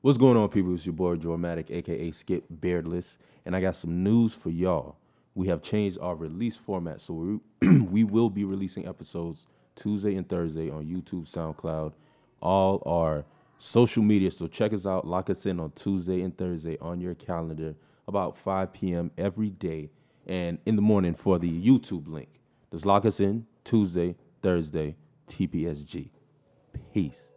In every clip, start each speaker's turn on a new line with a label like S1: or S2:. S1: What's going on, people? It's your boy Dramatic, aka Skip Beardless, and I got some news for y'all. We have changed our release format, so we we will be releasing episodes Tuesday and Thursday on YouTube, SoundCloud, all our social media. So check us out. Lock us in on Tuesday and Thursday on your calendar about 5 p.m. every day and in the morning for the YouTube link. Just lock us in Tuesday, Thursday, TPSG. Peace.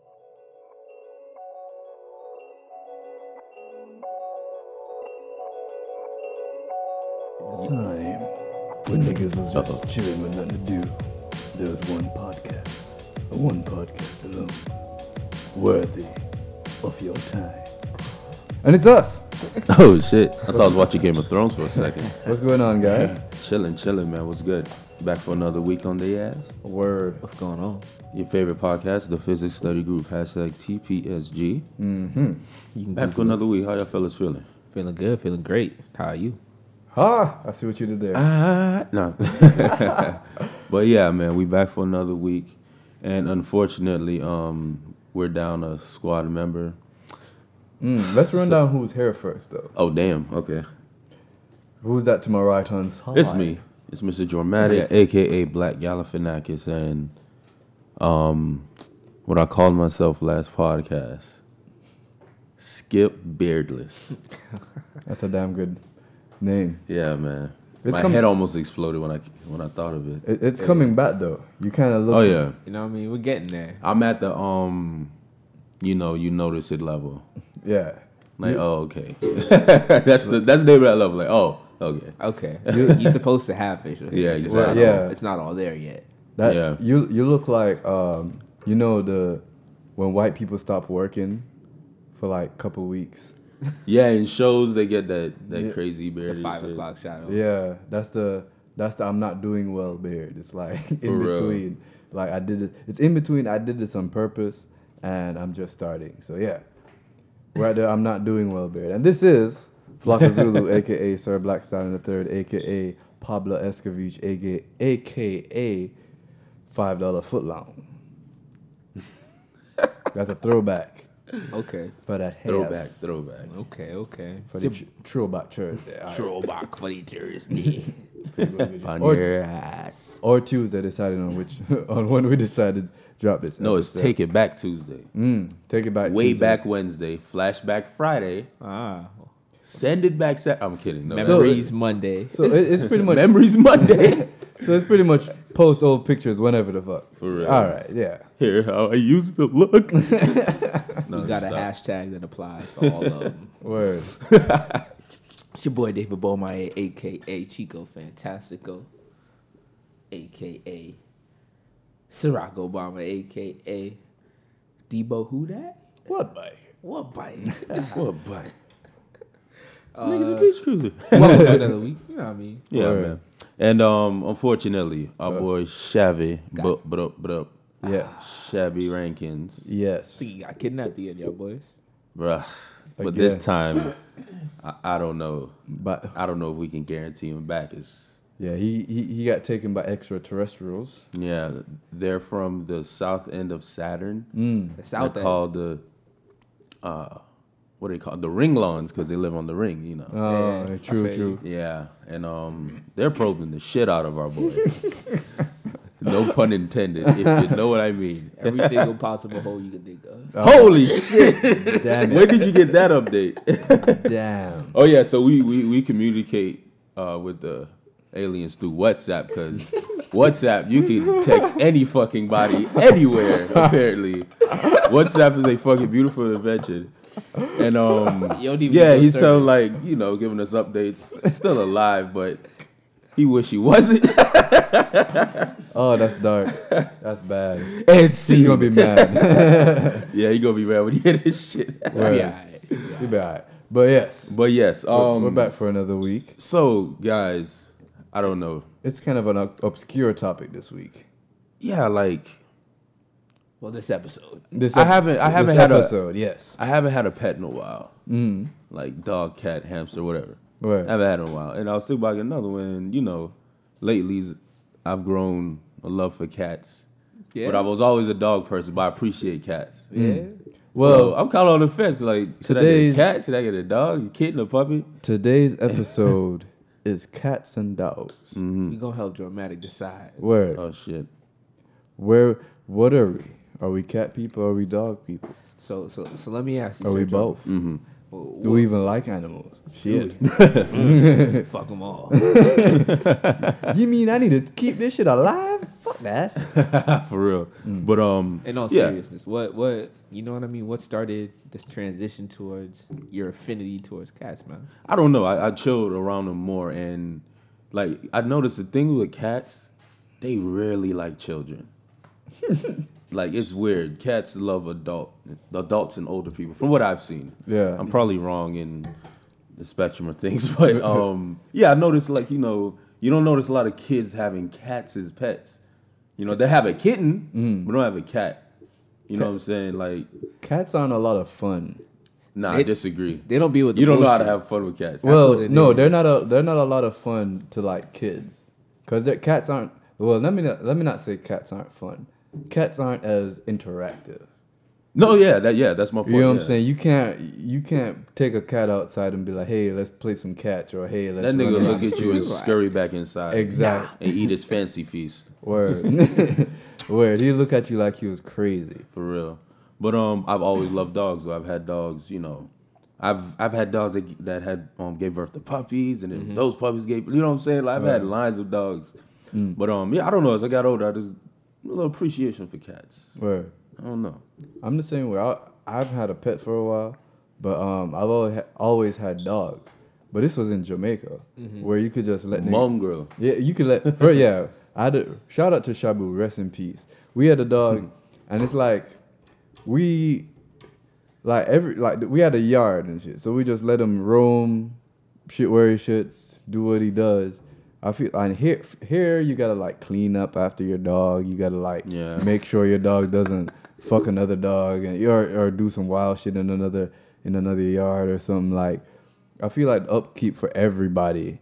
S2: The time when niggas was just chilling with nothing to do, there was one podcast, a one podcast alone, worthy of your time. And it's us.
S1: Oh shit! I thought I was watching Game of Thrones for a second.
S2: What's going on, guys?
S1: Chilling, chilling, man. What's good? Back for another week on the ass.
S2: Word.
S3: What's going on?
S1: Your favorite podcast, the Physics Study Group, hashtag TPSG.
S3: You can
S1: Back for another week. How y'all fellas feeling?
S3: feeling good, feeling great. How are you?
S2: Ha! I see what you did there.
S1: Ah, no. but yeah, man, we back for another week, and unfortunately, um, we're down a squad member.
S2: Mm, let's run down who's here first, though.
S1: Oh damn. Okay.
S2: Who's that to my right hand side?
S1: It's me. It's Mr. Dramatic, aka Black Galifianakis, and um, what I called myself last podcast, Skip Beardless.
S2: That's a damn good name.
S1: Yeah, man.
S2: It's
S1: My
S2: com-
S1: head almost exploded when I when I thought of it.
S2: It, it's coming back, though. You kind of look.
S1: Oh yeah,
S3: You know what I mean? We're getting there.
S1: I'm at the um, you know, you notice it level.
S2: Yeah.
S1: Like, oh okay, that's the that's the name of that level. Like, oh okay,
S3: Okay. You, you're supposed to have facial hair.
S1: Yeah,
S3: It's just
S1: exactly.
S3: not
S2: Yeah.
S3: all- it's not all there yet.
S2: That
S1: Yeah.
S2: you you look like um you know the when white people stop working for like a couple weeks.
S1: yeah. In shows they get that that
S2: Yeah.
S1: crazy
S3: The
S1: beard.
S3: five o'clock shadow.
S2: Yeah, that's the that's the I'm not doing well beard. It's like in
S1: For real.
S2: between. Like I did it. It's in between. I did this on purpose, and I'm just starting. So yeah, right there. I'm not doing well beard, and this is Flocka Zulu, aka Sir Black Stallion the Third, aka Pablo Escovich, aka, aka Five Dollar Foot Long. that's a throwback
S3: Okay.
S2: for that hair.
S1: Throwback, throwback.
S3: Okay, okay.
S2: For the tr- throwback Thursday. All right.
S3: Throwback for the terrorist knee.
S1: On
S2: Or-
S1: your ass.
S2: or Tuesday decided on which on when we decided to drop this.
S1: No, it's
S2: episode.
S1: Take It Back Tuesday.
S2: Mm, take it back.
S1: Way
S2: Tuesday.
S1: back Wednesday, flashback Friday,
S3: Ah.
S1: send it back. Sat- I'm kidding. No,
S3: Memories Monday.
S2: So it, it's pretty much
S1: memories Monday.
S2: so it's pretty much post old pictures whenever the fuck.
S1: For real.
S2: All right, yeah.
S1: Here, how I used to look. no,
S3: you got a
S1: stop.
S3: hashtag that applies for all of them.
S2: Word.
S3: It's your boy David Beaumont, aka Chico Fantastico, aka Barack Obama, aka Debo. Who that?
S2: what bike?
S3: What bite?
S1: What bike?
S3: Uh,
S1: Nigga, the beach cruiser.
S3: Welcome to another week. You know what I mean?
S1: Yeah,
S2: Word.
S1: man. And um, unfortunately, our boy Shabby, but but up, but up,
S2: Yeah.
S1: Shabby Rankins,
S2: Yes.
S3: See, you got kidnapped again, y'all boys.
S1: bruh. But this
S2: Again.
S1: time, I, I don't know.
S2: But
S1: I don't know if we can guarantee him back. It's
S2: yeah, he, he he got taken by extraterrestrials.
S1: yeah, they're from the south end of Saturn.
S3: It's
S1: They're
S3: out there.
S1: called the uh, what are they called? The ring lawns because they live on the ring, you know.
S3: Uh.
S2: Oh,
S3: Yeah, I
S2: true,
S3: feel
S2: true.
S1: Yeah, and um, they're probing the shit out of our boys. no pun intended, if you know what I mean.
S3: Every single possible hole you can think of.
S1: Holy shit!
S2: Damn
S1: Where did you get that update?
S2: it. Damn.
S1: oh yeah, so we we, we communicate uh, with the aliens through WhatsApp because WhatsApp you can text any fucking body anywhere. Apparently, WhatsApp is a fucking beautiful invention. And um,
S3: You don't even
S1: yeah,
S3: need no
S1: he's so
S3: service.
S1: like you know giving us updates. Still alive, but he wish he wasn't.
S2: Oh, that's dark. That's bad.
S1: and
S2: He's gonna be mad.
S1: Yeah, you gonna be mad when you hear this shit.
S2: Word.
S3: Yeah.
S2: He be alright. But yes,
S1: But yes,
S2: we're-
S1: um,
S2: we're back for another week.
S1: So guys, I don't know.
S2: It's kind of an ob- obscure topic this week.
S1: Yeah, like
S3: Well, this episode.
S2: This
S1: I haven't- I haven't
S2: this
S1: had a-
S2: episode. yes.
S1: I haven't had a pet in a while. Mm. Like dog, cat, hamster, whatever.
S2: Right.
S1: I haven't had it in a while, and I was thinking about getting another one. And, you know, lately I've grown a love for cats.
S3: Yeah.
S1: But I was always a dog person, but I appreciate cats.
S3: Yeah.
S1: Well,
S2: Well,
S1: I'm kind of on the fence. Like, should
S2: today's-
S1: I get a cat? Should I get a dog? A kitten? A puppy?
S2: today's episode is cats and dogs.
S3: We gonna help Dramatic decide.
S2: Where,
S1: Oh shit!
S2: where, what are we? Are we cat people? Are we dog people?
S3: So so so let me ask you.
S2: Are we
S3: Sergio,
S2: both?
S3: wh-
S2: Do we even like animals? Shit.
S3: wh- Fuck them all.
S2: you mean I need to keep this shit alive? Fuck that.
S1: For real. But um,
S3: In all
S1: yeah,
S3: seriousness, what what you know what I mean? What started this transition towards your affinity towards cats, man?
S1: I don't know. I, I chilled around them more, and like I noticed the thing with cats, they rarely like children. like it's weird. Cats love adult adults and older people, from what I've seen.
S2: Yeah.
S1: I'm probably wrong in the spectrum of things, but um, yeah, I noticed like you know you don't notice a lot of kids having cats as pets. You know they have a kitten,
S2: Mm.
S1: but don't have a cat. You know what I'm saying? Like,
S2: Cats aren't a lot of fun.
S1: nah, I
S3: They-
S1: disagree.
S3: They don't be with the
S1: You don't know how to
S3: bullshit.
S1: have fun with cats.
S2: well,
S3: what it
S2: no,
S3: is.
S2: they're not a they're not a lot of fun to like kids, cause their cats aren't. Well, let me not, let me not say cats aren't fun. Cats aren't as interactive.
S1: No, yeah, that yeah, that's my point.
S2: You know what I'm
S1: yeah.
S2: saying? You can't you can't take a cat outside and be like, hey, let's play some catch or hey, let's.
S1: That nigga
S2: run
S1: look
S2: around
S1: at you and
S2: the field."
S1: scurry back inside.
S2: Exact-
S1: And eat his fancy feast
S2: Word, word. He look at you like he was crazy.
S1: for real. But um, I've always loved dogs. Though I've had dogs, you know, I've I've had dogs that, that had um gave birth to puppies, and then
S2: Mm-hmm.
S1: those puppies gave. You know what I'm saying? Like I've had lines of dogs.
S2: Mm.
S1: But um, yeah, I don't know. As I got older, I just a little appreciation for cats.
S2: Word.
S1: I don't know.
S2: I'm the same way. I, I've had a pet for a while, but um, I've always, always had dogs. But this was in Jamaica,
S1: Mm-hmm.
S2: where you could just let niggas-
S1: Mongrel.
S2: Yeah, you could let. bro, yeah, I had a, shout out to Shabu. Rest in peace. We had a dog, and it's like we like every like we had a yard and shit, so we just let him roam, shit where he shits, do what he does. I feel and here here you gotta like clean up after your dog. You gotta like
S1: Yeah.
S2: make sure your dog doesn't fuck another dog and or or do some wild shit in another in another yard or something like. I feel like upkeep for everybody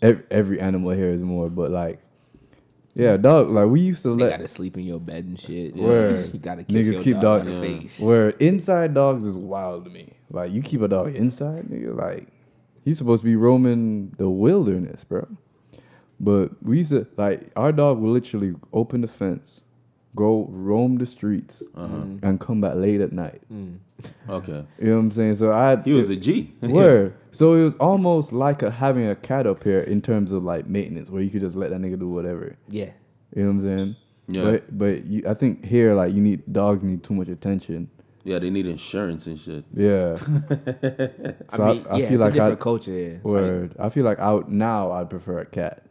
S2: every, every animal here is more, but like, yeah, dog. Like we used to
S3: They
S2: let
S3: gotta sleep in your bed and shit. Yeah.
S2: Word.
S3: You gotta kick
S2: niggas
S3: your
S2: keep
S3: dog,
S2: dog,
S3: in the face.
S2: where inside dogs is wild to me. Like you keep a dog inside, nigga. Like he's supposed to be roaming the wilderness, bro. But we used to like our dog would literally open the fence, go roam the streets,
S3: Uh-huh.
S2: and come back late at night.
S3: Mm.
S1: Okay.
S2: You know what I'm saying? So I
S1: He was a G.
S2: Word. So it was almost like a, having a cat up here in terms of like maintenance, where you could just let that nigga do whatever.
S3: Yeah.
S2: You know what I'm saying?
S1: Yeah.
S2: But but you, I think here like you need dogs need too much attention.
S1: yeah, they need insurance and shit.
S2: Yeah. so
S3: I mean,
S2: I, I
S3: yeah,
S2: feel
S3: it's a
S2: like
S3: different
S2: I
S3: culture. Yeah. Like,
S2: word. I feel like out now I'd prefer a cat. Mm,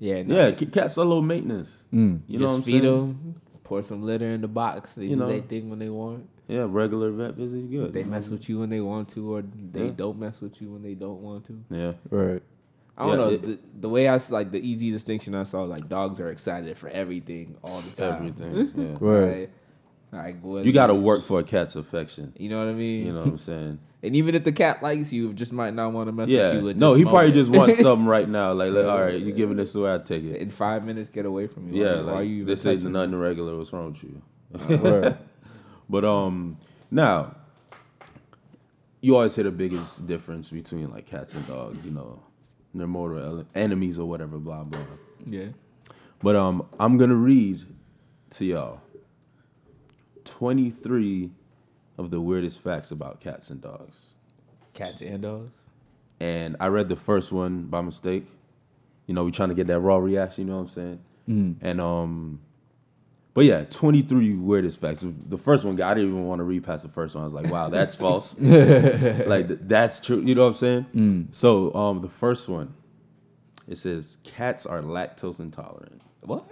S3: yeah, no,
S1: Yeah, c- cats are low maintenance. You know
S3: just
S1: what I'm
S3: feed
S1: saying?
S3: them, pour some litter in the box. They
S1: You
S3: do
S1: know.
S3: their thing when they want.
S1: Yeah, regular vet visit, you good.
S3: They mess with you when they want to, or they
S1: Yeah.
S3: don't mess with you when they don't want to.
S1: Yeah.
S2: Word.
S3: I don't
S1: Yeah,
S3: know.
S1: it-
S3: the, the way I s- like the easy distinction I saw like dogs are excited for everything all the time.
S1: Everything. Yeah.
S2: Word.
S3: Right? Like, what-
S1: You gotta work for a cat's affection.
S3: You know what I mean?
S1: You know what I'm saying?
S3: And even if the cat likes you, it just might not want to mess
S1: yeah.
S3: with you. At
S1: No,
S3: this
S1: he probably
S3: moment.
S1: just wants something right now. Like, like, all right, you're giving this away, I take it.
S3: In five minutes, get away from me.
S1: Yeah,
S3: Why, why
S1: like
S3: you? even
S1: this ain't
S3: touching me?
S1: nothing regular. What's wrong with you?
S2: Word.
S1: But um, now you always hear the biggest difference between like cats and dogs. You know, they're mortal ele- enemies or whatever. Blah blah.
S3: Yeah.
S1: But um, I'm gonna read to y'all 23 of the weirdest facts about cats and dogs.
S3: Cats and dogs.
S1: and I read the first one by mistake. You know, we trying to get that raw reaction. You know what I'm saying?
S2: Mm,
S1: And um, but yeah, 23 weirdest facts. The first one, I didn't even want to read past the first one. I was like, wow, that's false. like th- that's true. You know what I'm saying?
S3: Mm.
S1: So um, the first one, it says cats are lactose intolerant.
S3: What?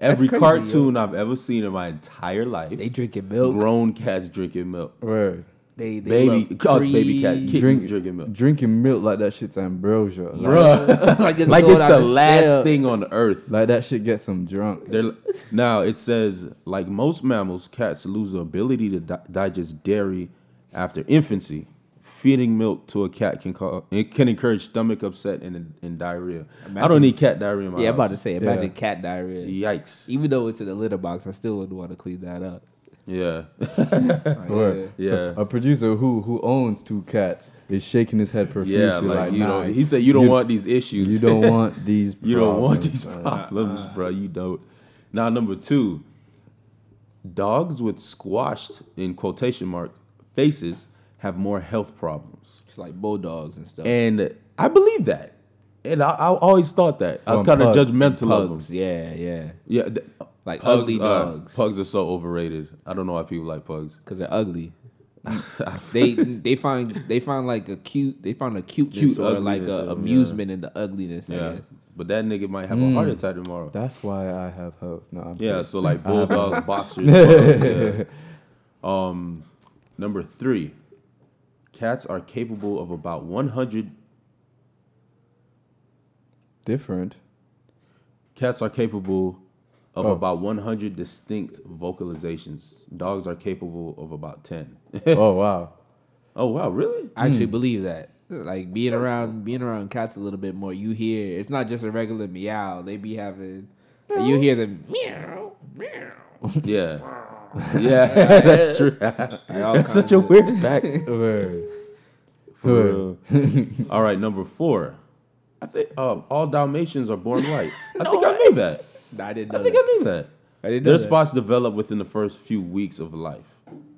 S3: That's
S1: Every
S3: crazy, yo.
S1: cartoon I've ever seen in my entire life,
S3: They drinking milk.
S1: grown cats drinking milk.
S2: Word.
S3: They, they
S1: Baby,
S3: love
S1: cause baby cat,
S3: cream.
S1: kittens
S2: Drink-
S1: drinking milk.
S2: Drinking milk like that shit's ambrosia. Like,
S3: like it's,
S1: Like
S3: going
S1: it's
S3: out
S1: the last
S3: cell.
S1: thing on earth.
S2: like that shit gets them drunk.
S1: They're, now it says, like most mammals, cats lose the ability to di- digest dairy after infancy. Feeding milk to a cat can cause it can encourage stomach upset and, and diarrhea. I don't
S3: Imagine-
S1: need cat diarrhea. In my
S3: Yeah, I'm about to
S1: house.
S3: say. Imagine
S2: Yeah.
S3: cat diarrhea.
S1: Yikes!
S3: Even though it's in a litter box, I still would want to clean that up.
S1: Yeah,
S3: Like,
S2: Word.
S1: yeah,
S2: A producer who who owns two cats is shaking his head profusely
S1: yeah. Like,
S2: like,
S1: you
S2: nah,
S1: don't. He said you don't
S2: you-
S1: want these issues.
S2: you don't want these.
S1: you don't want
S2: problems,
S1: these
S2: man.
S1: problems, bro. You don't. Now number two, dogs with squashed in quotation mark faces have more health problems,
S3: It's like bulldogs and stuff.
S1: and I believe that. And I, I always thought that I was
S2: Um,
S1: kind of
S2: pugs.
S1: judgmental of
S3: pugs.
S1: them.
S3: Yeah, yeah.
S1: Yeah, th-
S3: Like
S1: pugs
S3: ugly
S1: are-
S3: dogs.
S1: Pugs are so overrated. I don't know why people like pugs.
S3: Cause they're ugly. they they find they find like a cute they found a cuteness
S1: Cute
S3: or like
S1: ugliness of
S3: a
S1: 'em,
S3: amusement in the ugliness. I
S1: Yeah,
S3: guess.
S1: but that nigga might
S3: Mm.
S1: have a heart attack tomorrow.
S2: That's why I have health. No, I'm
S1: Yeah,
S2: kidding.
S1: so like bulldogs, boxers. bugs, yeah. Um, number three, cats are capable of about 100.
S2: different.
S1: Cats are capable of
S2: Oh.
S1: about 100 distinct vocalizations. Dogs are capable of about 10.
S2: oh wow.
S1: oh wow, really?
S3: I actually believe that. Like being around being around cats a little bit more, you hear it's not just a regular meow. They be having like, you hear them meow meow.
S1: Yeah, yeah, that's true. that's such a weird fact.
S2: Word.
S1: For real. all right, number four. I think uh, all Dalmatians are born white. I think I knew that.
S3: I didn't know.
S1: I think I knew that.
S3: I didn't know
S1: Their
S3: that.
S1: spots develop within the first few weeks of life.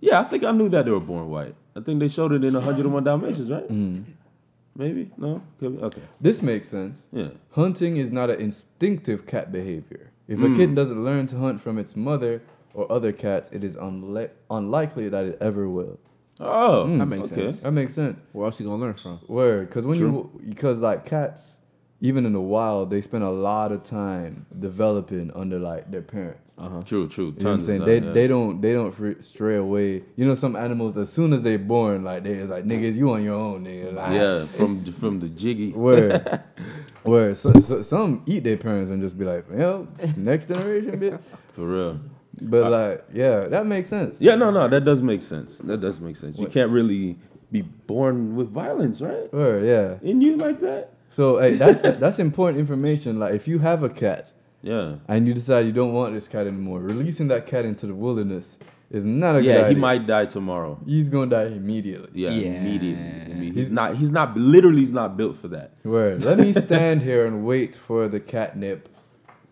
S1: Yeah, I think I knew that they were born white. I think they showed it in 101 Dalmatians, right?
S2: Mm.
S1: Maybe? No? Could be? Okay.
S2: This makes sense.
S1: Yeah.
S2: Hunting is not an instinctive cat behavior. If a
S1: Hmm.
S2: kid doesn't learn to hunt from its mother or other cats, it is unli- unlikely that it ever will.
S1: Oh,
S2: Mm.
S3: That makes
S1: okay.
S3: sense.
S2: That makes sense.
S3: Where else you gonna learn from?
S2: Word, because when you because like cats, even in the wild, they spend a lot of time developing under like their parents.
S1: True, true. Tons
S2: You know what I'm
S1: of
S2: saying
S1: time,
S2: they
S1: yeah.
S2: they don't they don't fr- stray away. You know some animals as soon as they born like they is like niggas you on your own nigga. Like,
S1: Yeah, from from the jiggy.
S2: Where, where so, so, some eat their parents and just be like, yo, next generation, bitch.
S1: For real.
S2: But like, yeah, that makes sense.
S1: Uh, Yeah, no, no, that does make sense. That does make sense. You
S2: What?
S1: can't really be born with violence, right?
S2: Word, yeah.
S1: In you like that?
S2: So hey, that's that's important information. Like, if you have a cat
S1: Yeah.
S2: and you decide you don't want this cat anymore, releasing that cat into the wilderness is not a good
S1: Yeah, he
S2: idea.
S1: might die tomorrow.
S2: He's gonna die immediately.
S1: Yeah,
S3: Yeah.
S1: immediately. I mean, he's
S2: He's-
S1: not. He's not. Literally, he's not built for that.
S2: Word. Let me stand here and wait for the catnip,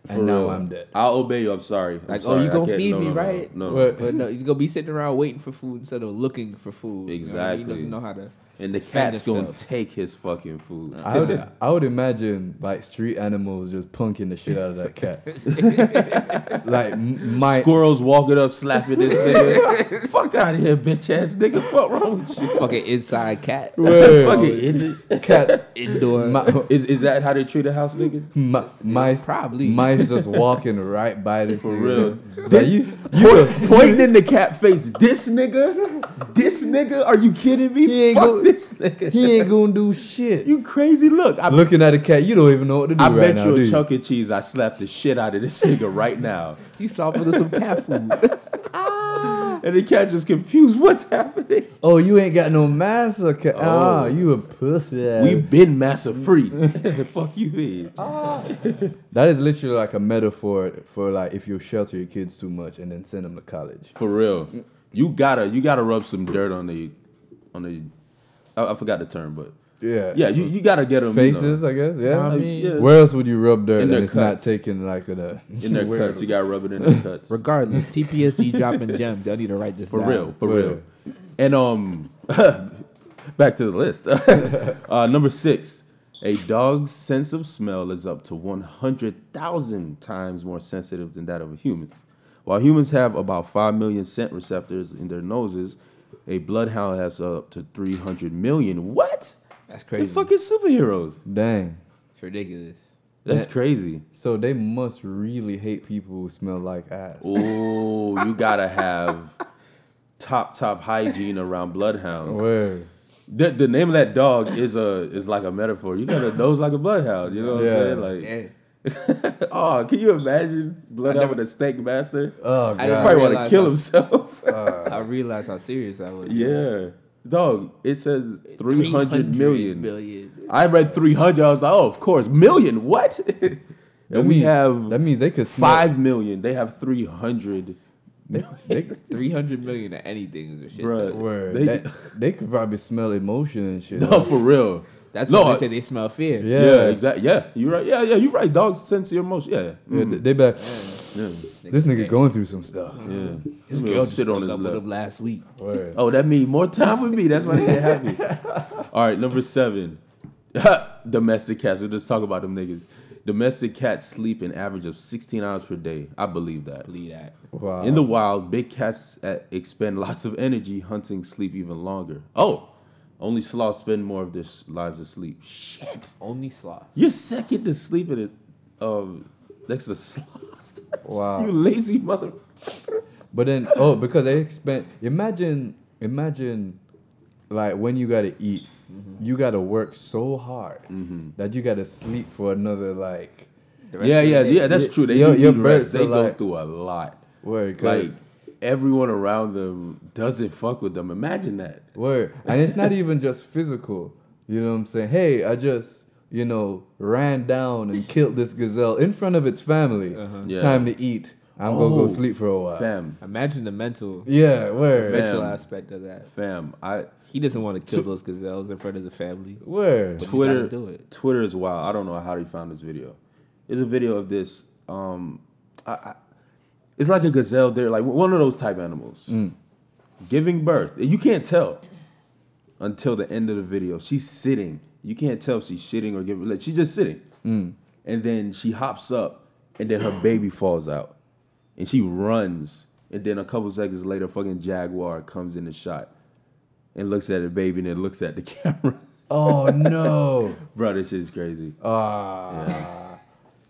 S2: and
S1: For
S2: now
S1: real.
S2: I'm dead.
S1: I'll obey you. I'm sorry. I'm
S3: Like, oh,
S1: sorry.
S3: you
S1: I
S3: gonna
S1: can't-
S3: feed
S1: no,
S3: me,
S1: no, no,
S3: right?
S1: No, no.
S2: What?
S3: But no, you gonna be sitting around waiting for food instead of looking for food. You know what I mean? He
S1: Exactly.
S3: doesn't know how to.
S1: And the
S3: Defend
S1: cat's gonna
S3: yourself.
S1: take his fucking food.
S2: I would, I would imagine like street animals just punking the shit out of that cat. like m- my
S1: Squirrels walking up, slapping this nigga. Fuck out of here, bitch ass nigga. Fuck wrong with you?
S3: Fucking inside
S1: Fuck
S3: cat.
S2: Word.
S1: it. Is, it-
S2: cat.
S3: Indoor.
S2: My,
S1: is is that how they treat the house niggas?
S2: my, mice,
S3: Probably.
S2: mice just walking right by this
S1: For
S2: nigga.
S1: real.
S2: Like, you,
S1: Point, pointing in the cat face. This nigga. This nigga. Are you kidding me?
S2: He ain't
S1: Fuck
S2: gonna-
S1: this nigga.
S2: he ain't gonna do shit.
S1: you crazy. Look, I
S2: Looking at a cat, you don't even know what to do
S1: I
S2: right
S1: bet
S2: now,
S1: you
S2: do
S1: a
S2: you?
S1: Chuck E. Cheese. I slapped the shit out of this nigga right now.
S3: He saw for some cat food.
S1: And the cat just confused. What's happening?
S2: Oh, you ain't got no mask, okay?
S1: Oh.
S2: Ah, you a pussy. ass.
S1: We've been massa free. Fuck you, mean?
S2: that is literally like a metaphor for like if you shelter your kids too much and then send them to college.
S1: For real, you gotta you gotta rub some dirt on the on the. I, I forgot the term, but
S2: Yeah.
S1: yeah, you, you gotta get them
S2: faces, I guess. Yeah.
S3: I
S1: You know,
S3: mean,
S1: yeah,
S2: Where else would you rub dirt
S1: In
S2: and
S1: their
S2: it's not
S1: cuts.
S2: taking like a
S1: in their
S2: where-
S1: cuts. You gotta rub it in their cuts.
S3: Regardless, TPSG dropping gems. Y'all need to write this
S1: For
S3: down.
S1: real, for
S2: Word.
S1: real. And um, back to the list. uh, number six, a dog's sense of smell is up to one hundred thousand times more sensitive than that of a human's. While humans have about five million scent receptors in their noses, a bloodhound has up to three hundred million. What?
S3: That's
S1: They're
S3: crazy.
S1: fucking superheroes.
S2: Dang.
S3: It's ridiculous.
S1: That's
S2: Yeah.
S1: crazy.
S2: So they must really hate people who smell like ass.
S1: Oh, you gotta have top top hygiene around bloodhounds.
S2: Word.
S1: The, the name of that dog is a is like a metaphor. You got a nose like a bloodhound. You know what
S2: Yeah.
S1: I'm saying?
S3: Yeah.
S1: Like, oh, can you imagine bloodhound with a snake master?
S2: Oh
S3: I
S2: god.
S1: He
S3: didn't
S1: probably want to
S3: realize
S1: kill
S3: I- Oh.
S1: himself.
S3: I realized how serious I was.
S1: yeah, dog. It says three hundred million.
S3: million.
S1: I read three hundred. I was like, oh, of course, million. What?
S2: That
S1: and we
S2: means-
S1: have
S2: That means they could smell.
S1: five million. They have three hundred
S2: They, they,
S3: Three hundred million of anything is a shit.
S1: Bruh.
S3: ton.
S2: word,
S1: They-
S2: that- they could probably smell emotion and shit.
S1: No, for real.
S3: That's
S1: No,
S3: why
S1: I-
S3: they say they smell fear.
S2: Yeah.
S1: Yeah, exactly. Yeah, you're right. Yeah, yeah, you're right. Dogs sense your emotion. Yeah,
S2: Yeah, they- they be like,
S1: yeah,
S2: this nigga going through some stuff.
S1: yeah.
S3: This
S1: This
S3: girl
S1: girl
S3: just
S1: shit on
S3: broke
S1: his
S3: up with
S1: lap.
S3: him last week.
S2: Word.
S1: Oh, that mean more time with me. That's why they get happy. All right, number seven. Domestic cats. We'll just talk about them niggas. Domestic cats sleep an average of 16 hours per day. I believe that.
S3: Believe that.
S2: Wow.
S1: In the wild, big cats uh, expend lots of energy hunting sleep even longer. Oh, only sloths spend more of their s- lives asleep. Shit.
S3: Only sloth.
S1: You're second to sleep in it, um, next to sloths.
S2: Wow.
S1: You lazy mother.
S2: But then, oh, because they expend. Imagine, imagine, like when you gotta eat, you gotta work so hard that you gotta sleep for another like.
S3: The rest
S1: Yeah,
S3: of the
S1: yeah,
S3: day.
S1: yeah. That's
S2: Your-
S1: true. They
S2: your-
S1: do
S2: your
S1: need rest.
S2: birds
S1: They
S2: are
S1: go
S2: like-
S1: through a lot.
S2: Word,
S1: Like
S2: like
S1: everyone around them doesn't fuck with them. Imagine that.
S2: word, and it's not even just physical. You know what I'm saying? Hey, I just you know ran down and killed this gazelle in front of its family.
S1: Yeah.
S2: Time to eat. I'm gonna
S1: Oh,
S2: go sleep for a while.
S1: Fam,
S3: Imagine the mental,
S2: Yeah, word,
S1: Fam.
S3: mental aspect of that.
S1: fam. I
S3: He doesn't want to kill those gazelles in front of the family.
S2: word.
S3: you
S1: Twitter
S3: gotta do it.
S1: Twitter is wild. I don't know how they found this video. It's a video of this. Um, I, I, it's like a gazelle. They're like one of those type animals
S3: Mm.
S1: giving birth. You can't tell until the end of the video. She's sitting. You can't tell if she's shitting or giving. Like, she's just sitting,
S3: Mm.
S1: and then she hops up, and then her baby falls out, and she runs, and then a couple seconds later, fucking jaguar comes in the shot, and looks at the baby, and then looks at the camera.
S2: Oh no.
S1: Bro, this shit is crazy.
S2: Ah.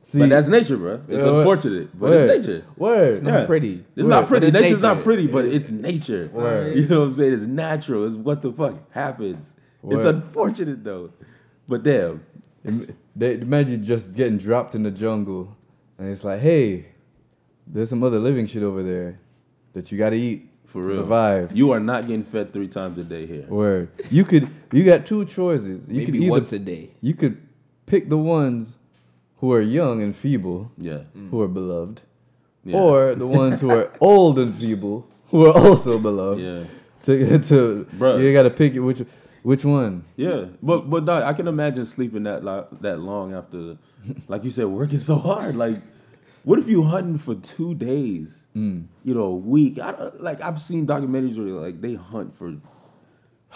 S2: See,
S1: but that's nature, bro. It's
S2: Yeah, word.
S1: unfortunate, but
S2: word,
S1: it's nature.
S2: Word.
S3: It's not pretty.
S1: It's
S2: Word,
S1: not
S2: but
S1: pretty.
S3: it's
S1: Nature's not
S3: nature.
S1: pretty, but it's nature.
S2: Word.
S1: You know what I'm saying? It's natural. It's what the fuck happens. It's
S2: Word.
S1: unfortunate though. But damn,
S2: Im- They imagine just getting dropped in the jungle, and it's like, hey, there's some other living shit over there that you gotta eat
S1: for
S2: to
S1: real,
S2: survive.
S1: You are not getting fed three times a day here.
S2: Word. You could. You got two choices. You could
S3: Maybe
S2: either
S3: once a day.
S2: you could pick the ones who are young and feeble,
S1: Yeah.
S2: who are beloved,
S1: Mm. Yeah.
S2: or the ones who are old and feeble, who are also beloved.
S1: yeah.
S2: To to
S1: Bruh.
S2: you gotta pick which which one.
S1: Yeah, but but dog, I can imagine sleeping that lo- that long after, like you said, working so hard. Like, what if you hunting for two days?
S3: Mm.
S1: You know, a week. I don't, like I've seen documentaries where like they hunt for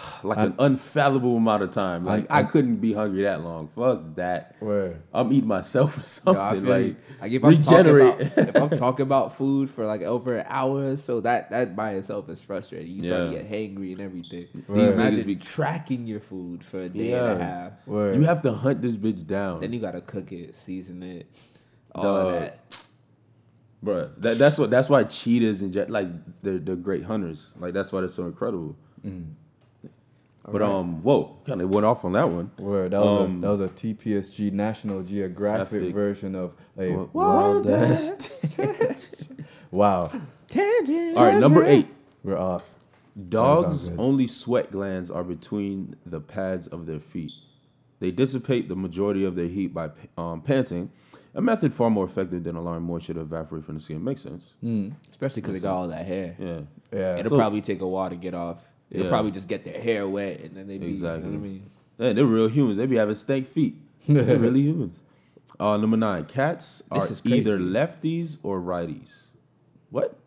S1: like an unfathomable amount of time. Like I,
S2: I-
S1: couldn't be hungry that long. Fuck that.
S2: Word.
S1: I'm eating myself or
S3: Yo,
S1: something.
S3: I feel
S1: like,
S3: you. like if I'm talking
S1: regenerate.
S3: about if I'm talking about food for like over an hour, or so that that by itself is frustrating. You start
S1: Yeah.
S3: to get hangry and everything.
S1: Right.
S3: Imagine
S1: Niggas be-
S3: tracking your food for a day
S1: Yeah.
S3: and a half.
S2: Word.
S1: you have to hunt this bitch down.
S3: Then you gotta cook it, season it, all
S1: Dog.
S3: of that.
S1: Bruh, that, that's what that's why cheetahs and jet like they're they're great hunters. Like that's why they're so incredible. But um, whoa, kind of went off on that one.
S2: Word, that was,
S1: Um,
S2: a, that was a TPSG National Geographic
S1: Graphic.
S2: version of a
S1: What-
S2: wild
S1: Wild
S2: ass. wow,
S3: Tangent.
S1: All right, number eight.
S2: we're off.
S1: Dogs
S2: good.
S1: only sweat glands are between the pads of their feet. They dissipate the majority of their heat by um, panting, a method far more effective than allowing moisture to evaporate from the skin. Makes sense.
S3: Especially because they got all that hair.
S1: Yeah.
S2: Yeah,
S3: It'll
S1: So-
S3: probably take a while to get off. It'll
S1: Yeah.
S3: probably just get their hair wet and then they be
S1: Exactly.
S3: You know what I mean?
S1: Hey, they're real humans. They be having stank feet. They're really humans. Uh, number nine, cats
S3: This
S1: are
S3: is crazy.
S1: either lefties or righties. What?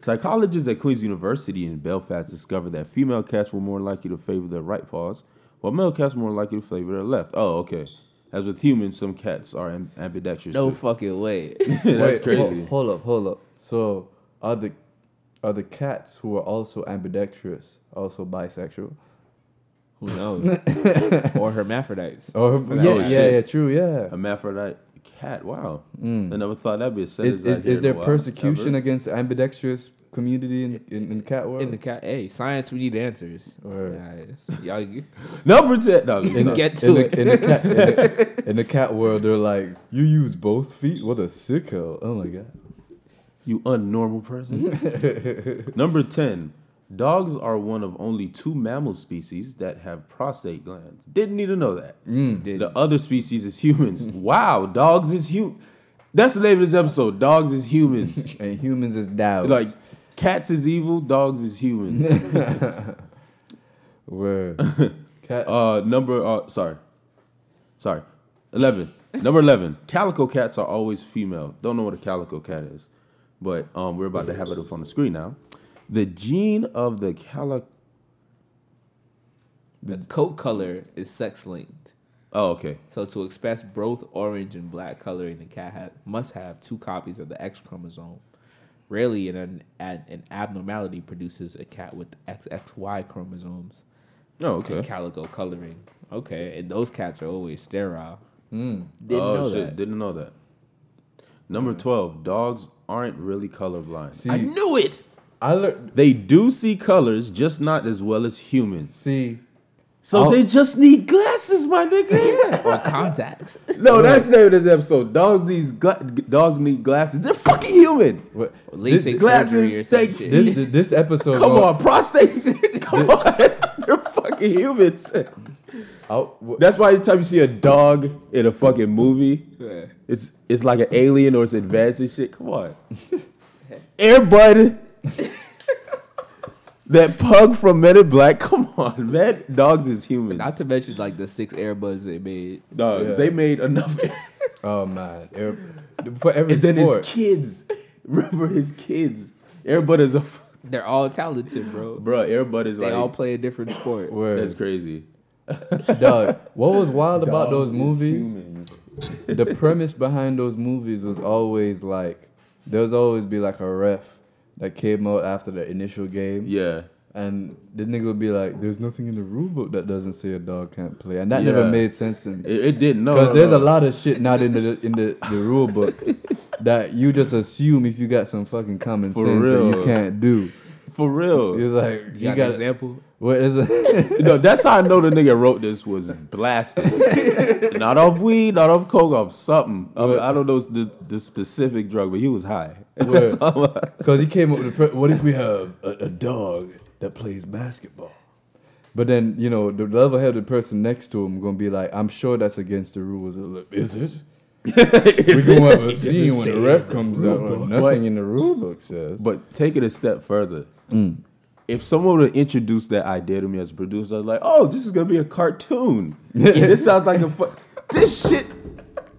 S1: Psychologists at Queen's University in Belfast discovered that female cats were more likely to favor their right paws, while male cats were more likely to favor their left. Oh, okay. As with humans, some cats are am- ambidextrous.
S3: No
S1: too.
S3: fucking way.
S1: that's
S2: Wait,
S1: crazy.
S2: ho- hold up, hold up. So are the are the cats who are also ambidextrous also bisexual?
S3: Who knows? or hermaphrodites.
S2: Or
S3: For that
S2: Oh, yeah,
S3: matter.
S2: yeah, yeah, true, yeah.
S1: Hermaphrodite cat. Wow. I never thought that'd be a sentence.
S2: Hmm. Is
S1: I
S2: is,
S1: hear in
S2: is
S1: a
S2: there
S1: while.
S2: persecution
S1: Ever.
S2: against the ambidextrous community in in, in cat world?
S3: In the cat, hey, science, we need answers.
S2: Word.
S3: Guys, y'all
S1: Number ten. No, it's
S3: can
S1: not.
S3: get
S2: in
S3: to it.
S2: the, in, the cat, in, the, in the cat world, they're like, you use both feet? What a sicko. Oh my God.
S1: You unnormal person. Number 10. Dogs are one of only two mammal species that have prostate
S3: Mm.
S1: glands. Didn't need to know that.
S3: Did-
S1: The other species is humans. wow, dogs is human. That's the name of this episode. Dogs is humans.
S2: and humans is dogs.
S1: like cats is evil. Dogs is humans.
S2: word. Cat.
S1: uh, number. Uh, sorry, sorry. Eleven. Number eleven. Calico cats are always female. Don't know what a calico cat is, but um, we're about to have it up on the screen now. The gene of the calico.
S3: The coat color is sex linked.
S1: Oh, okay.
S3: So to express both orange and black coloring, the cat ha- must have two copies of the X chromosome. Rarely, an, an an abnormality produces a cat with XXY chromosomes
S1: Oh,
S3: and
S1: okay.
S3: calico coloring. Okay, and those cats are always sterile. Didn't
S1: Oh
S3: know
S1: shit!
S3: that.
S1: Didn't know that. Number twelve. Dogs aren't really colorblind.
S2: See,
S3: I knew it.
S2: I learned.
S1: They do see colors, just not as well as humans.
S2: See,
S1: So
S2: Oh.
S1: they just need glasses, my nigga.
S3: Or contacts.
S1: no, that's the name of this episode. Dogs needs gla- dogs need glasses. They're fucking human.
S2: what,
S3: LASIK surgery
S1: glasses
S3: or some
S1: take-
S3: shit.
S2: this, this this episode.
S1: Come
S2: gon-
S1: on, prostates. Come on, they're fucking humans.
S2: I'll- wh-
S1: That's why anytime you see a dog in a fucking movie,
S3: Yeah.
S1: it's it's like an alien or it's advanced and shit. Come on, Airbud, that pug from Men in Black. Come on, man. Dogs is humans.
S3: Not to mention like the six Airbuds they made.
S1: Dog,
S2: Yeah.
S1: they made enough.
S2: oh man, Air- for every
S1: and then
S2: sport.
S1: his kids. Remember his kids. Airbud is a f-
S3: They're all talented, bro.
S1: bro. Airbud is
S3: They
S1: like
S3: all play a different sport.
S2: Word.
S1: that's crazy.
S2: Dog, what was wild
S1: Dogs
S2: about those
S1: is
S2: movies?
S1: humans.
S2: the premise behind those movies was always like there was always be like a ref that came out after the initial game,
S1: Yeah.
S2: and the nigga would be like, "There's nothing in the rule book that doesn't say a dog can't play," and that never
S1: Yeah.
S2: made sense to me
S1: It, it didn't know.
S2: because there's a lot of shit not in the in the, the rule book that you just assume if you got some fucking common
S1: For
S2: sense that you
S1: real.
S2: can't do.
S1: for real.
S2: It was like
S3: You,
S2: you
S3: got, an
S2: got
S3: example?
S2: what is it?
S1: No, that's how I know the nigga wrote this was blasted. not off weed, not off coke, off something. I, mean, I don't know the, the specific drug, but he was high.
S2: Word.
S1: So,
S2: Because he came up with the pre- what if we have a, a dog that plays basketball? But then, you know, the level headed person next to him gonna be like, I'm sure that's against the rules. Like, Is it? We're gonna have a scene when the ref comes out. where Nothing in the rule book says.
S1: but take it a step further.
S2: Mm.
S1: If someone would introduce that idea to me as a producer, I'd like, oh, this is gonna be a cartoon. this sounds like a fu- this shit.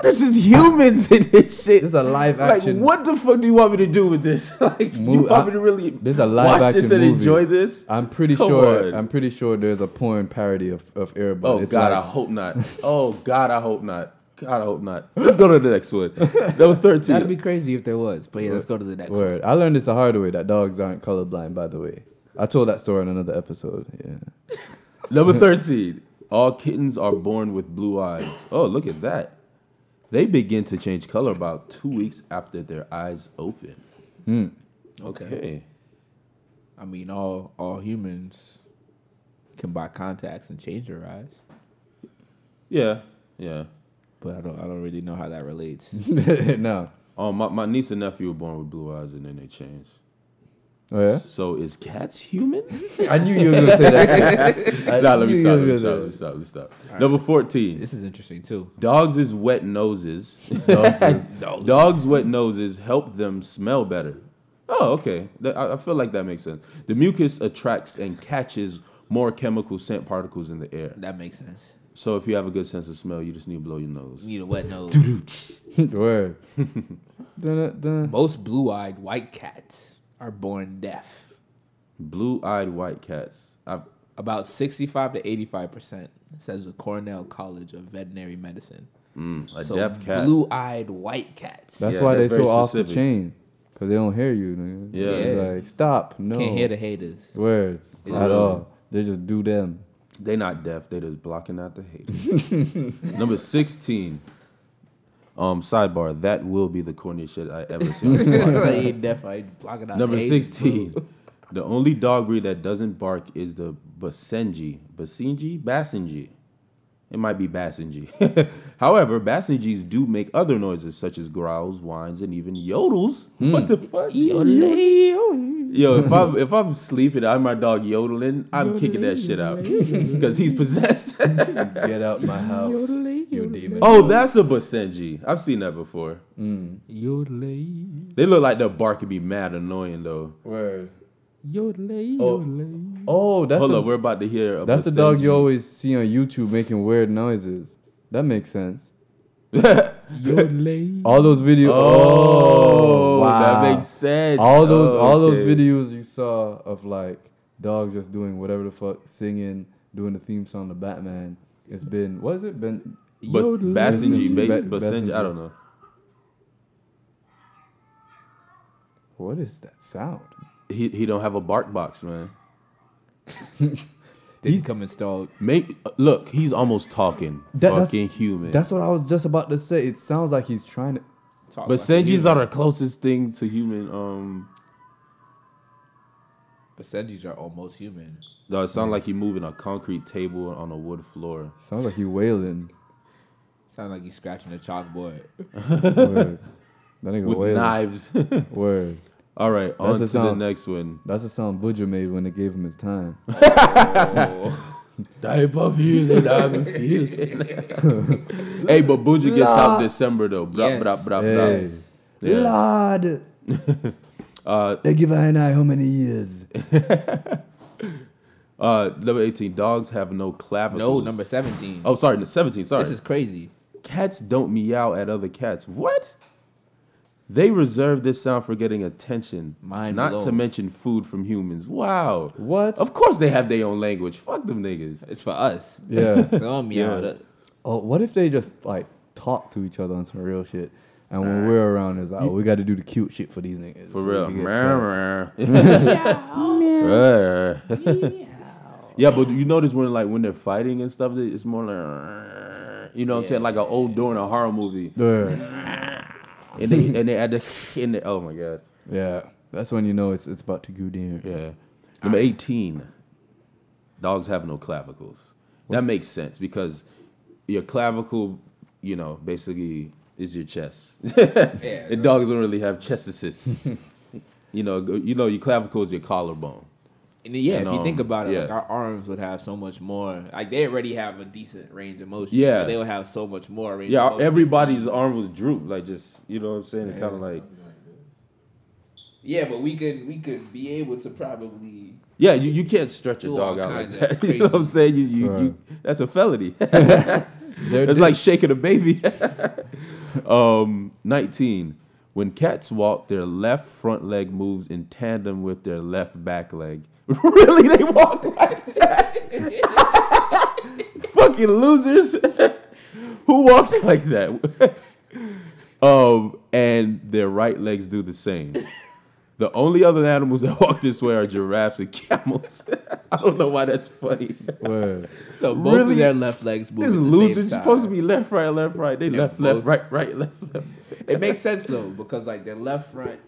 S1: This is humans in this shit.
S2: This is a live
S1: Like,
S2: action.
S1: what the fuck do you want me to do with this? like, you
S2: Move-
S1: want
S2: I-
S1: me to really
S2: this is a live
S1: watch this
S2: action
S1: and
S2: movie.
S1: enjoy this?
S2: I'm pretty
S1: Come
S2: sure
S1: on.
S2: I'm pretty sure there's a porn parody of, of Airbud.
S1: Oh God, I hope not. Oh God, I hope not. God, I hope not. Let's go to the next one. Number
S3: That'd be
S1: thirteen.
S3: crazy if there was. But yeah, let's go to the next one.
S2: word. I learned this the hard way that dogs aren't colorblind, by the way. I told that story in another episode. Yeah.
S1: Number thirteen. All kittens are born with blue eyes. Oh, look at that. They begin to change color about two weeks after their eyes open.
S3: Okay.
S1: Hmm. Okay.
S3: I mean, all all humans can buy contacts and change their eyes,
S1: Yeah. Yeah.
S3: but I don't I don't really know how that relates.
S2: no.
S1: Oh, my, my niece and nephew were born with blue eyes and then they changed.
S2: Oh yeah?
S1: So is cats human?
S2: I knew you were gonna say that. shit. I
S1: nah, let me
S2: knew
S1: stop. Let
S2: you
S1: me
S2: were
S1: stop. Let
S2: gonna
S1: me stop. Let me stop. Number fourteen.
S3: this is interesting too.
S1: Dogs is wet noses.
S2: say that.
S3: No,
S1: Dogs' wet noses help them smell better. Oh, okay. That- I I feel like that makes sense. The mucus attracts and catches more chemical scent particles in the air.
S3: that makes sense.
S1: So if you have a good sense of smell, you just need to blow your nose.
S3: You need a wet nose.
S2: Word. Dun, dun, dun.
S3: Most blue-eyed white cats are born deaf.
S1: Blue-eyed white cats. I,
S3: About sixty-five to eighty-five percent says the Cornell College of Veterinary Medicine.
S1: mm, a
S3: So
S1: deaf cat.
S3: blue-eyed white cats
S2: That's
S1: Yeah,
S2: why
S1: they're
S2: they
S1: very
S2: so off the
S1: specific.
S2: chain because they don't hear you. Nigga.
S1: Yeah.
S2: It's
S3: Yeah.
S2: like stop. No.
S3: can't hear the haters.
S2: word
S3: They just
S2: at
S3: do
S2: all. They just do them.
S1: They not deaf. They just blocking out the hate. Number sixteen. Um, sidebar. That will be the corniest shit I ever seen.
S3: I ain't deaf. I block it out.
S1: Number
S3: the haters,
S1: sixteen. The only dog breed that doesn't bark is the Basenji. Basenji? Basenji. It might be Basenji. However, Basenjis do make other noises such as growls, whines, and even yodels. What the fuck?
S3: Yodel.
S1: Yo, if I'm if I'm sleeping, I'm my dog yodeling. I'm kicking that shit out because he's possessed.
S2: Get out my house, you demon.
S1: oh, that's a Basenji. I've seen that before.
S2: Mm.
S3: Yodelay,
S1: They look like they'll bark and be mad annoying though.
S2: Word.
S3: yodelay,
S2: Oh.
S3: yodelay.
S2: Oh, that's
S1: Hold
S2: a,
S1: up, we're about to hear. A
S2: that's the dog
S1: Basenji.
S2: you always see on YouTube making weird noises. That makes sense.
S3: Yodelay.
S2: All those videos.
S1: Oh, that makes sense.
S2: all those all those
S1: Okay.
S2: videos you saw of like dogs just doing whatever the fuck, singing, doing the theme song to Batman. It's been what is it? Been
S1: But
S3: Yodelay.
S1: Basenji,
S2: Basenji.
S1: Bas-
S2: Ba-
S1: Basenji, I
S2: Basenji.
S1: don't know.
S2: what is that sound?
S1: He he don't have a bark box, man.
S3: Didn't come installed.
S1: Make look, he's almost talking.
S2: That- that's-
S1: Fucking human.
S2: That's what I was just about to say. It sounds like he's trying to.
S3: Talk
S1: but
S3: like a
S1: Senji's
S3: human.
S1: are the closest thing to human. Um,
S3: But Senji's are almost human.
S1: no, it sounds like he moving a concrete table on a wood floor.
S2: Sounds like he wailing.
S3: Sound like you scratching a chalkboard.
S2: Word. That nigga
S1: With
S2: wailing.
S1: knives.
S2: Word.
S1: All right, on to
S2: the
S1: the
S2: sound.
S1: next one.
S2: That's the sound Budja made when they gave him his time.
S1: Type of feeling I'm feeling. hey, but Buju gets out December though. Blah,
S3: Yes.
S1: blah, blah, blah.
S2: Hey.
S1: Yeah.
S2: Lord,
S1: Uh,
S2: they give I and I how many years?
S1: uh, number 18, dogs have no clavicles.
S3: No, number 17.
S1: Oh, sorry, no, 17, sorry.
S3: This is crazy.
S1: cats don't meow at other cats. What? They reserve this sound for getting attention,
S3: Mind
S1: not to
S3: blown.
S1: mention food from humans. Wow.
S2: What?
S1: Of course they have their own language. Fuck them niggas.
S3: It's for us.
S2: Yeah.
S3: So I'm meowed up.
S2: Oh, what if they just like talk to each other on some real shit? And when we're around, it's like, oh, we got to do the cute shit for these niggas.
S1: For
S2: so we
S1: real.
S2: can get fed.
S1: yeah, but you notice when like when they're fighting and stuff, it's more like you know what I'm saying, like an old door in a horror movie,
S2: Yeah.
S1: and they and they add the in the oh my god,
S2: yeah, that's when you know it's it's about to go down.
S1: yeah. Number eighteen, dogs have no clavicles. That makes sense because your clavicle, you know, basically is your chest.
S3: Yeah.
S1: And dogs don't really have chest assists. you know, go- you know, your clavicle is your collarbone.
S3: And yeah,
S1: And,
S3: if you think
S1: um,
S3: about it, like
S1: yeah.
S3: our arms would have so much more. Like they already have a decent range of motion.
S1: Yeah.
S3: but they would have so much more range.
S1: Yeah,
S3: of motion.
S1: everybody's arm was drooped, like just you know what I'm saying. It Kind of like
S3: Yeah, but we could we could be able to probably.
S1: yeah, you, you can't stretch a
S3: Do
S1: dog
S3: all
S1: out like
S3: kinds
S1: that.
S3: of
S1: you know what I'm saying? You, you, you that's a felony.
S2: They're
S1: it's
S2: di-
S1: like shaking a baby. um, 19. When cats walk, their left front leg moves in tandem with their left back leg. really, they walk like that? Fucking losers. Who walks like that? um, and their right legs do the same. The only other animals that walk this way are giraffes and camels. I don't know why that's funny.
S2: Word.
S3: So both
S1: Really?
S3: of their left legs move.
S1: This
S3: at the
S1: loser
S3: same
S1: it's
S3: time.
S1: supposed to be left, right, left, right. They left, left,
S3: both-
S1: right, right, left, left.
S3: It makes sense though because like their left front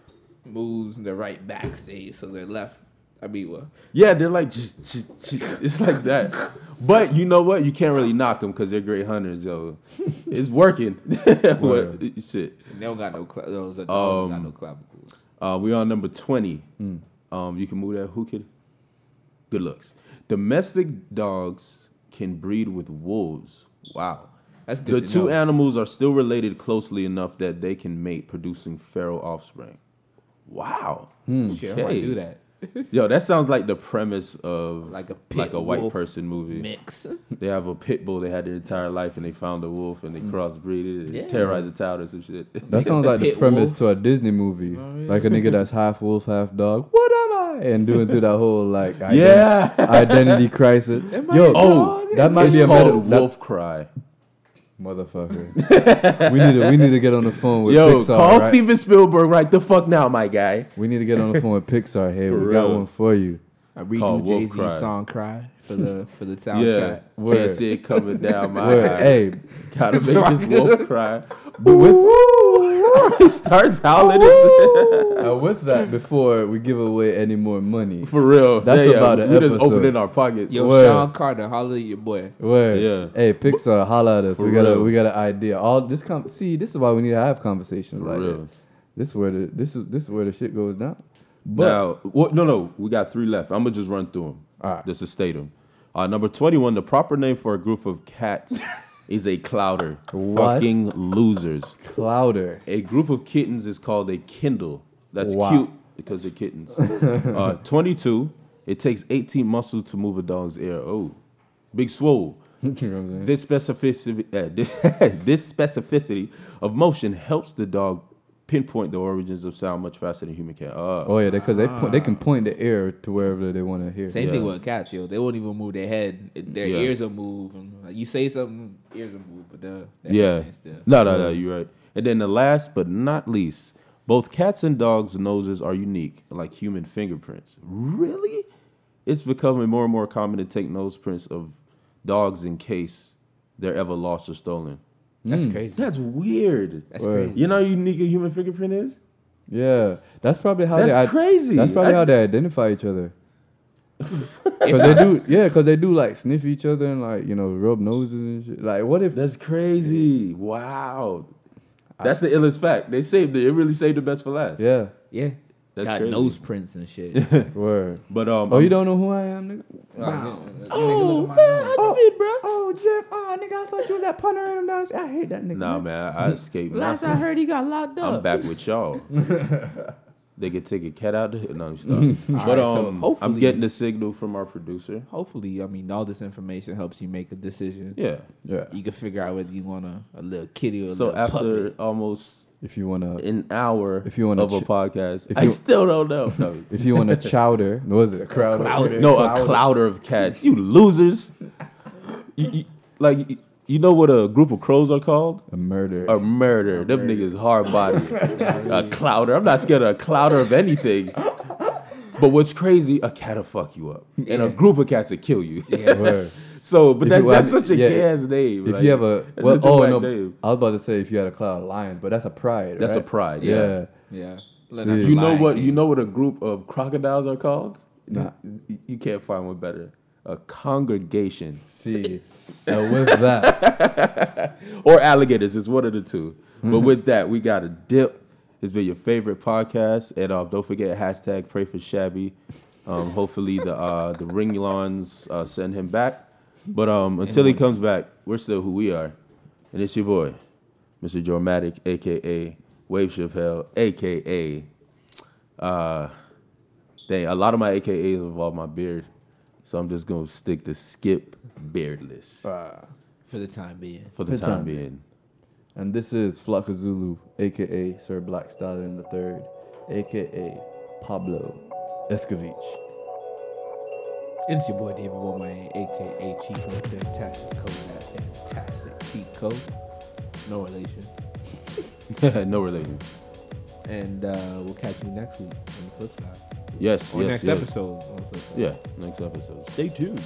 S3: moves and their right back stays. So their left. I mean, well,
S1: Yeah, they're like, "Ch- ch- ch-" it's like that. But you know what? You can't really knock them because they're great hunters, yo. It's working. what, shit.
S3: they don't got no. Cl- those are dogs don't got no clavicles.
S1: Uh, we on number 20.
S3: Hmm.
S1: Um, you can move that. Who can? Good looks. Domestic dogs can breed with wolves. Wow.
S3: That's
S1: The
S3: good. to
S1: two
S3: know.
S1: animals are still related closely enough that they can mate, producing feral offspring. Wow.
S3: Shit, I might
S1: okay.
S3: do that.
S1: Yo, that sounds like the premise of
S3: Like a pit
S1: like a white
S3: wolf
S1: person movie.
S3: Mix.
S1: They have a pit bull they had their entire life, and they found a wolf, and they crossbreed it, and
S3: Mm. Yeah.
S1: terrorized the town or some shit.
S2: That sounds like the
S3: pit
S2: premise
S3: wolf.
S2: to a Disney movie. Like a nigga that's half wolf, half dog. What am I? And doing through that whole like ident-
S1: yeah.
S2: identity crisis.
S3: I
S2: Yo,
S3: a
S1: Oh,
S2: that might
S1: it's
S2: be a meta,
S1: called
S2: that,
S1: Wolf Cry.
S2: motherfucker. we need to we need to get on the phone with
S1: Yo,
S2: Pixar.
S1: call
S2: right?
S1: Steven Spielberg right the fuck now, my guy.
S2: We need to get on the phone with Pixar. Hey,
S1: For
S2: we got
S1: real.
S2: one for you.
S3: I
S1: Called
S3: redo
S1: Wolf
S3: Jay Z
S1: Cry.
S3: song "Cry" for the for the
S1: Yeah,
S3: soundtrack.
S1: can't
S2: Word.
S1: see it coming down my
S2: Word.
S1: eye.
S2: Hey,
S1: Gotta make this wolf cry.
S2: but with,
S1: he starts howling. his-
S2: uh, with that, before we give away any more money,
S1: For real,
S2: That's about
S1: we,
S2: an
S1: we just
S2: episode.
S1: opening our pockets.
S3: Yo,
S2: Word.
S3: Sean Carter, holla at your boy.
S2: where
S1: Yeah.
S2: hey Pixar, holla at us.
S1: For
S2: We got a
S1: real.
S2: we got an idea. All this com- see, this is why we need to have conversations
S1: For
S2: like
S1: real.
S2: this. This is where the this is this is where the shit goes down.
S1: But now, what, no, no, we got three left. I'm gonna just run through them.
S2: All right.
S1: Just to state them. Uh, number twenty-one. The proper name for a group of cats is a clouder.
S2: What?
S1: Fucking losers.
S2: Clouder.
S1: A group of kittens is called a kindle. That's
S2: Wow.
S1: cute because they're kittens. uh, Twenty-two. It takes eighteen muscles to move a dog's ear. Oh, big swole.
S2: You know what I'm saying?
S1: This specificity, uh, this, this specificity of motion helps the dog pinpoint the origins of sound much faster than human can. Uh,
S2: Oh yeah, because they point, they can point the ear to wherever they want to hear.
S3: Same thing
S1: Yeah.
S3: with cats, yo. They won't even move their head. It- Their
S1: Yeah.
S3: ears will move. And like, you say something, ears will move, but they're, they're
S1: yeah.
S3: still.
S1: No, no, no, you're right. And then the last but not least, both cats and dogs' noses are unique, like human fingerprints. Really? It's becoming more and more common to take nose prints of dogs in case they're ever lost or stolen.
S3: That's
S2: Mm.
S3: crazy.
S1: That's weird.
S3: That's
S2: Word.
S3: crazy.
S1: You know how unique a human fingerprint is?
S2: Yeah, that's probably how
S1: That's
S2: they.
S1: crazy.
S2: That's probably
S1: I-
S2: how they identify each other. Cause they do, yeah, cause they do like sniff each other and like you know rub noses and shit. Like, what if?
S1: That's crazy. Wow. That's the illest fact. They saved it. It really saved the best for last.
S2: Yeah,
S3: Yeah.
S1: That's
S3: Got
S1: crazy.
S3: nose prints and shit.
S2: word.
S1: But um
S2: Oh, you don't know who I am, nigga.
S1: Oh, man, I did, bro.
S2: Oh, Jeff. Oh, nigga, I thought you was that punter him down. I hate that nigga.
S1: Nah, man, I escaped.
S3: Last I
S1: nothing.
S3: heard, he got locked up.
S1: I'm back with y'all. they could take a cat out the hood. No, I'm stopping. but
S3: right, so
S1: um, I'm
S3: hopefully-
S1: getting the signal from our producer.
S3: Hopefully, I mean, all this information helps you make a decision.
S1: Yeah.
S2: Yeah.
S3: You can figure out whether you want a, a little kitty or a
S1: So
S3: little
S1: after
S3: puppy.
S1: almost
S2: If you wanna,
S1: an hour
S2: If you wanna
S1: of a
S2: ch-
S1: podcast,
S2: if
S1: I
S2: you-
S1: still don't know. No,
S2: if you wanna chowder, no, was it a crowd?
S3: Clouder.
S1: no a clouder of cats. You losers. you, you- like you- you know what a group of crows are called?
S2: A murder.
S1: A murder. Them niggas hard body. a clouder. I'm not scared of a clouder of anything. But what's crazy, a cat'll fuck you up. And a group of cats will kill you.
S2: Word.
S1: so but
S2: If
S1: that,
S2: you
S1: that's
S2: have-
S1: such a
S2: yeah,
S1: gay ass name.
S2: If
S1: like,
S2: you have a
S1: that's
S2: well,
S1: such a
S2: oh
S1: whack
S2: no,
S1: name.
S2: I was about to say if you had a cloud of lions, but that's a pride.
S1: That's a
S2: right?
S1: pride, yeah.
S3: yeah.
S2: See.
S1: You know what you know what a group of crocodiles are called? You- You can't find one better. A congregation.
S2: See, now with that,
S1: or alligators. It's one of the two. But with that, we got a dip. It's been your favorite podcast, and um, don't forget hashtag pray for Shabby. Um, hopefully the uh, the ring lawns uh, send him back, but um, until he comes back, we're still who we are, and it's your boy, Mr. Jormatic, aka Wave Chappelle, aka uh, dang, a lot of my AKAs involve my beard, so I'm just gonna stick to skip beardless
S3: For the time being.
S1: for the
S2: For
S1: time
S2: time
S1: being.
S2: and this is Flocka Zulu, aka Sir Black Stallion the Third, aka Pablo Escovich.
S3: It's your boy David Womack, aka Chico Fantastic Code. That fantastic Chico. No relation.
S1: no relation.
S3: And uh, we'll catch you next week on the flip side.
S1: Yes,
S3: Or
S1: yes,
S3: next
S1: yes.
S3: episode on the flip side.
S1: Yeah, next episode. Stay tuned.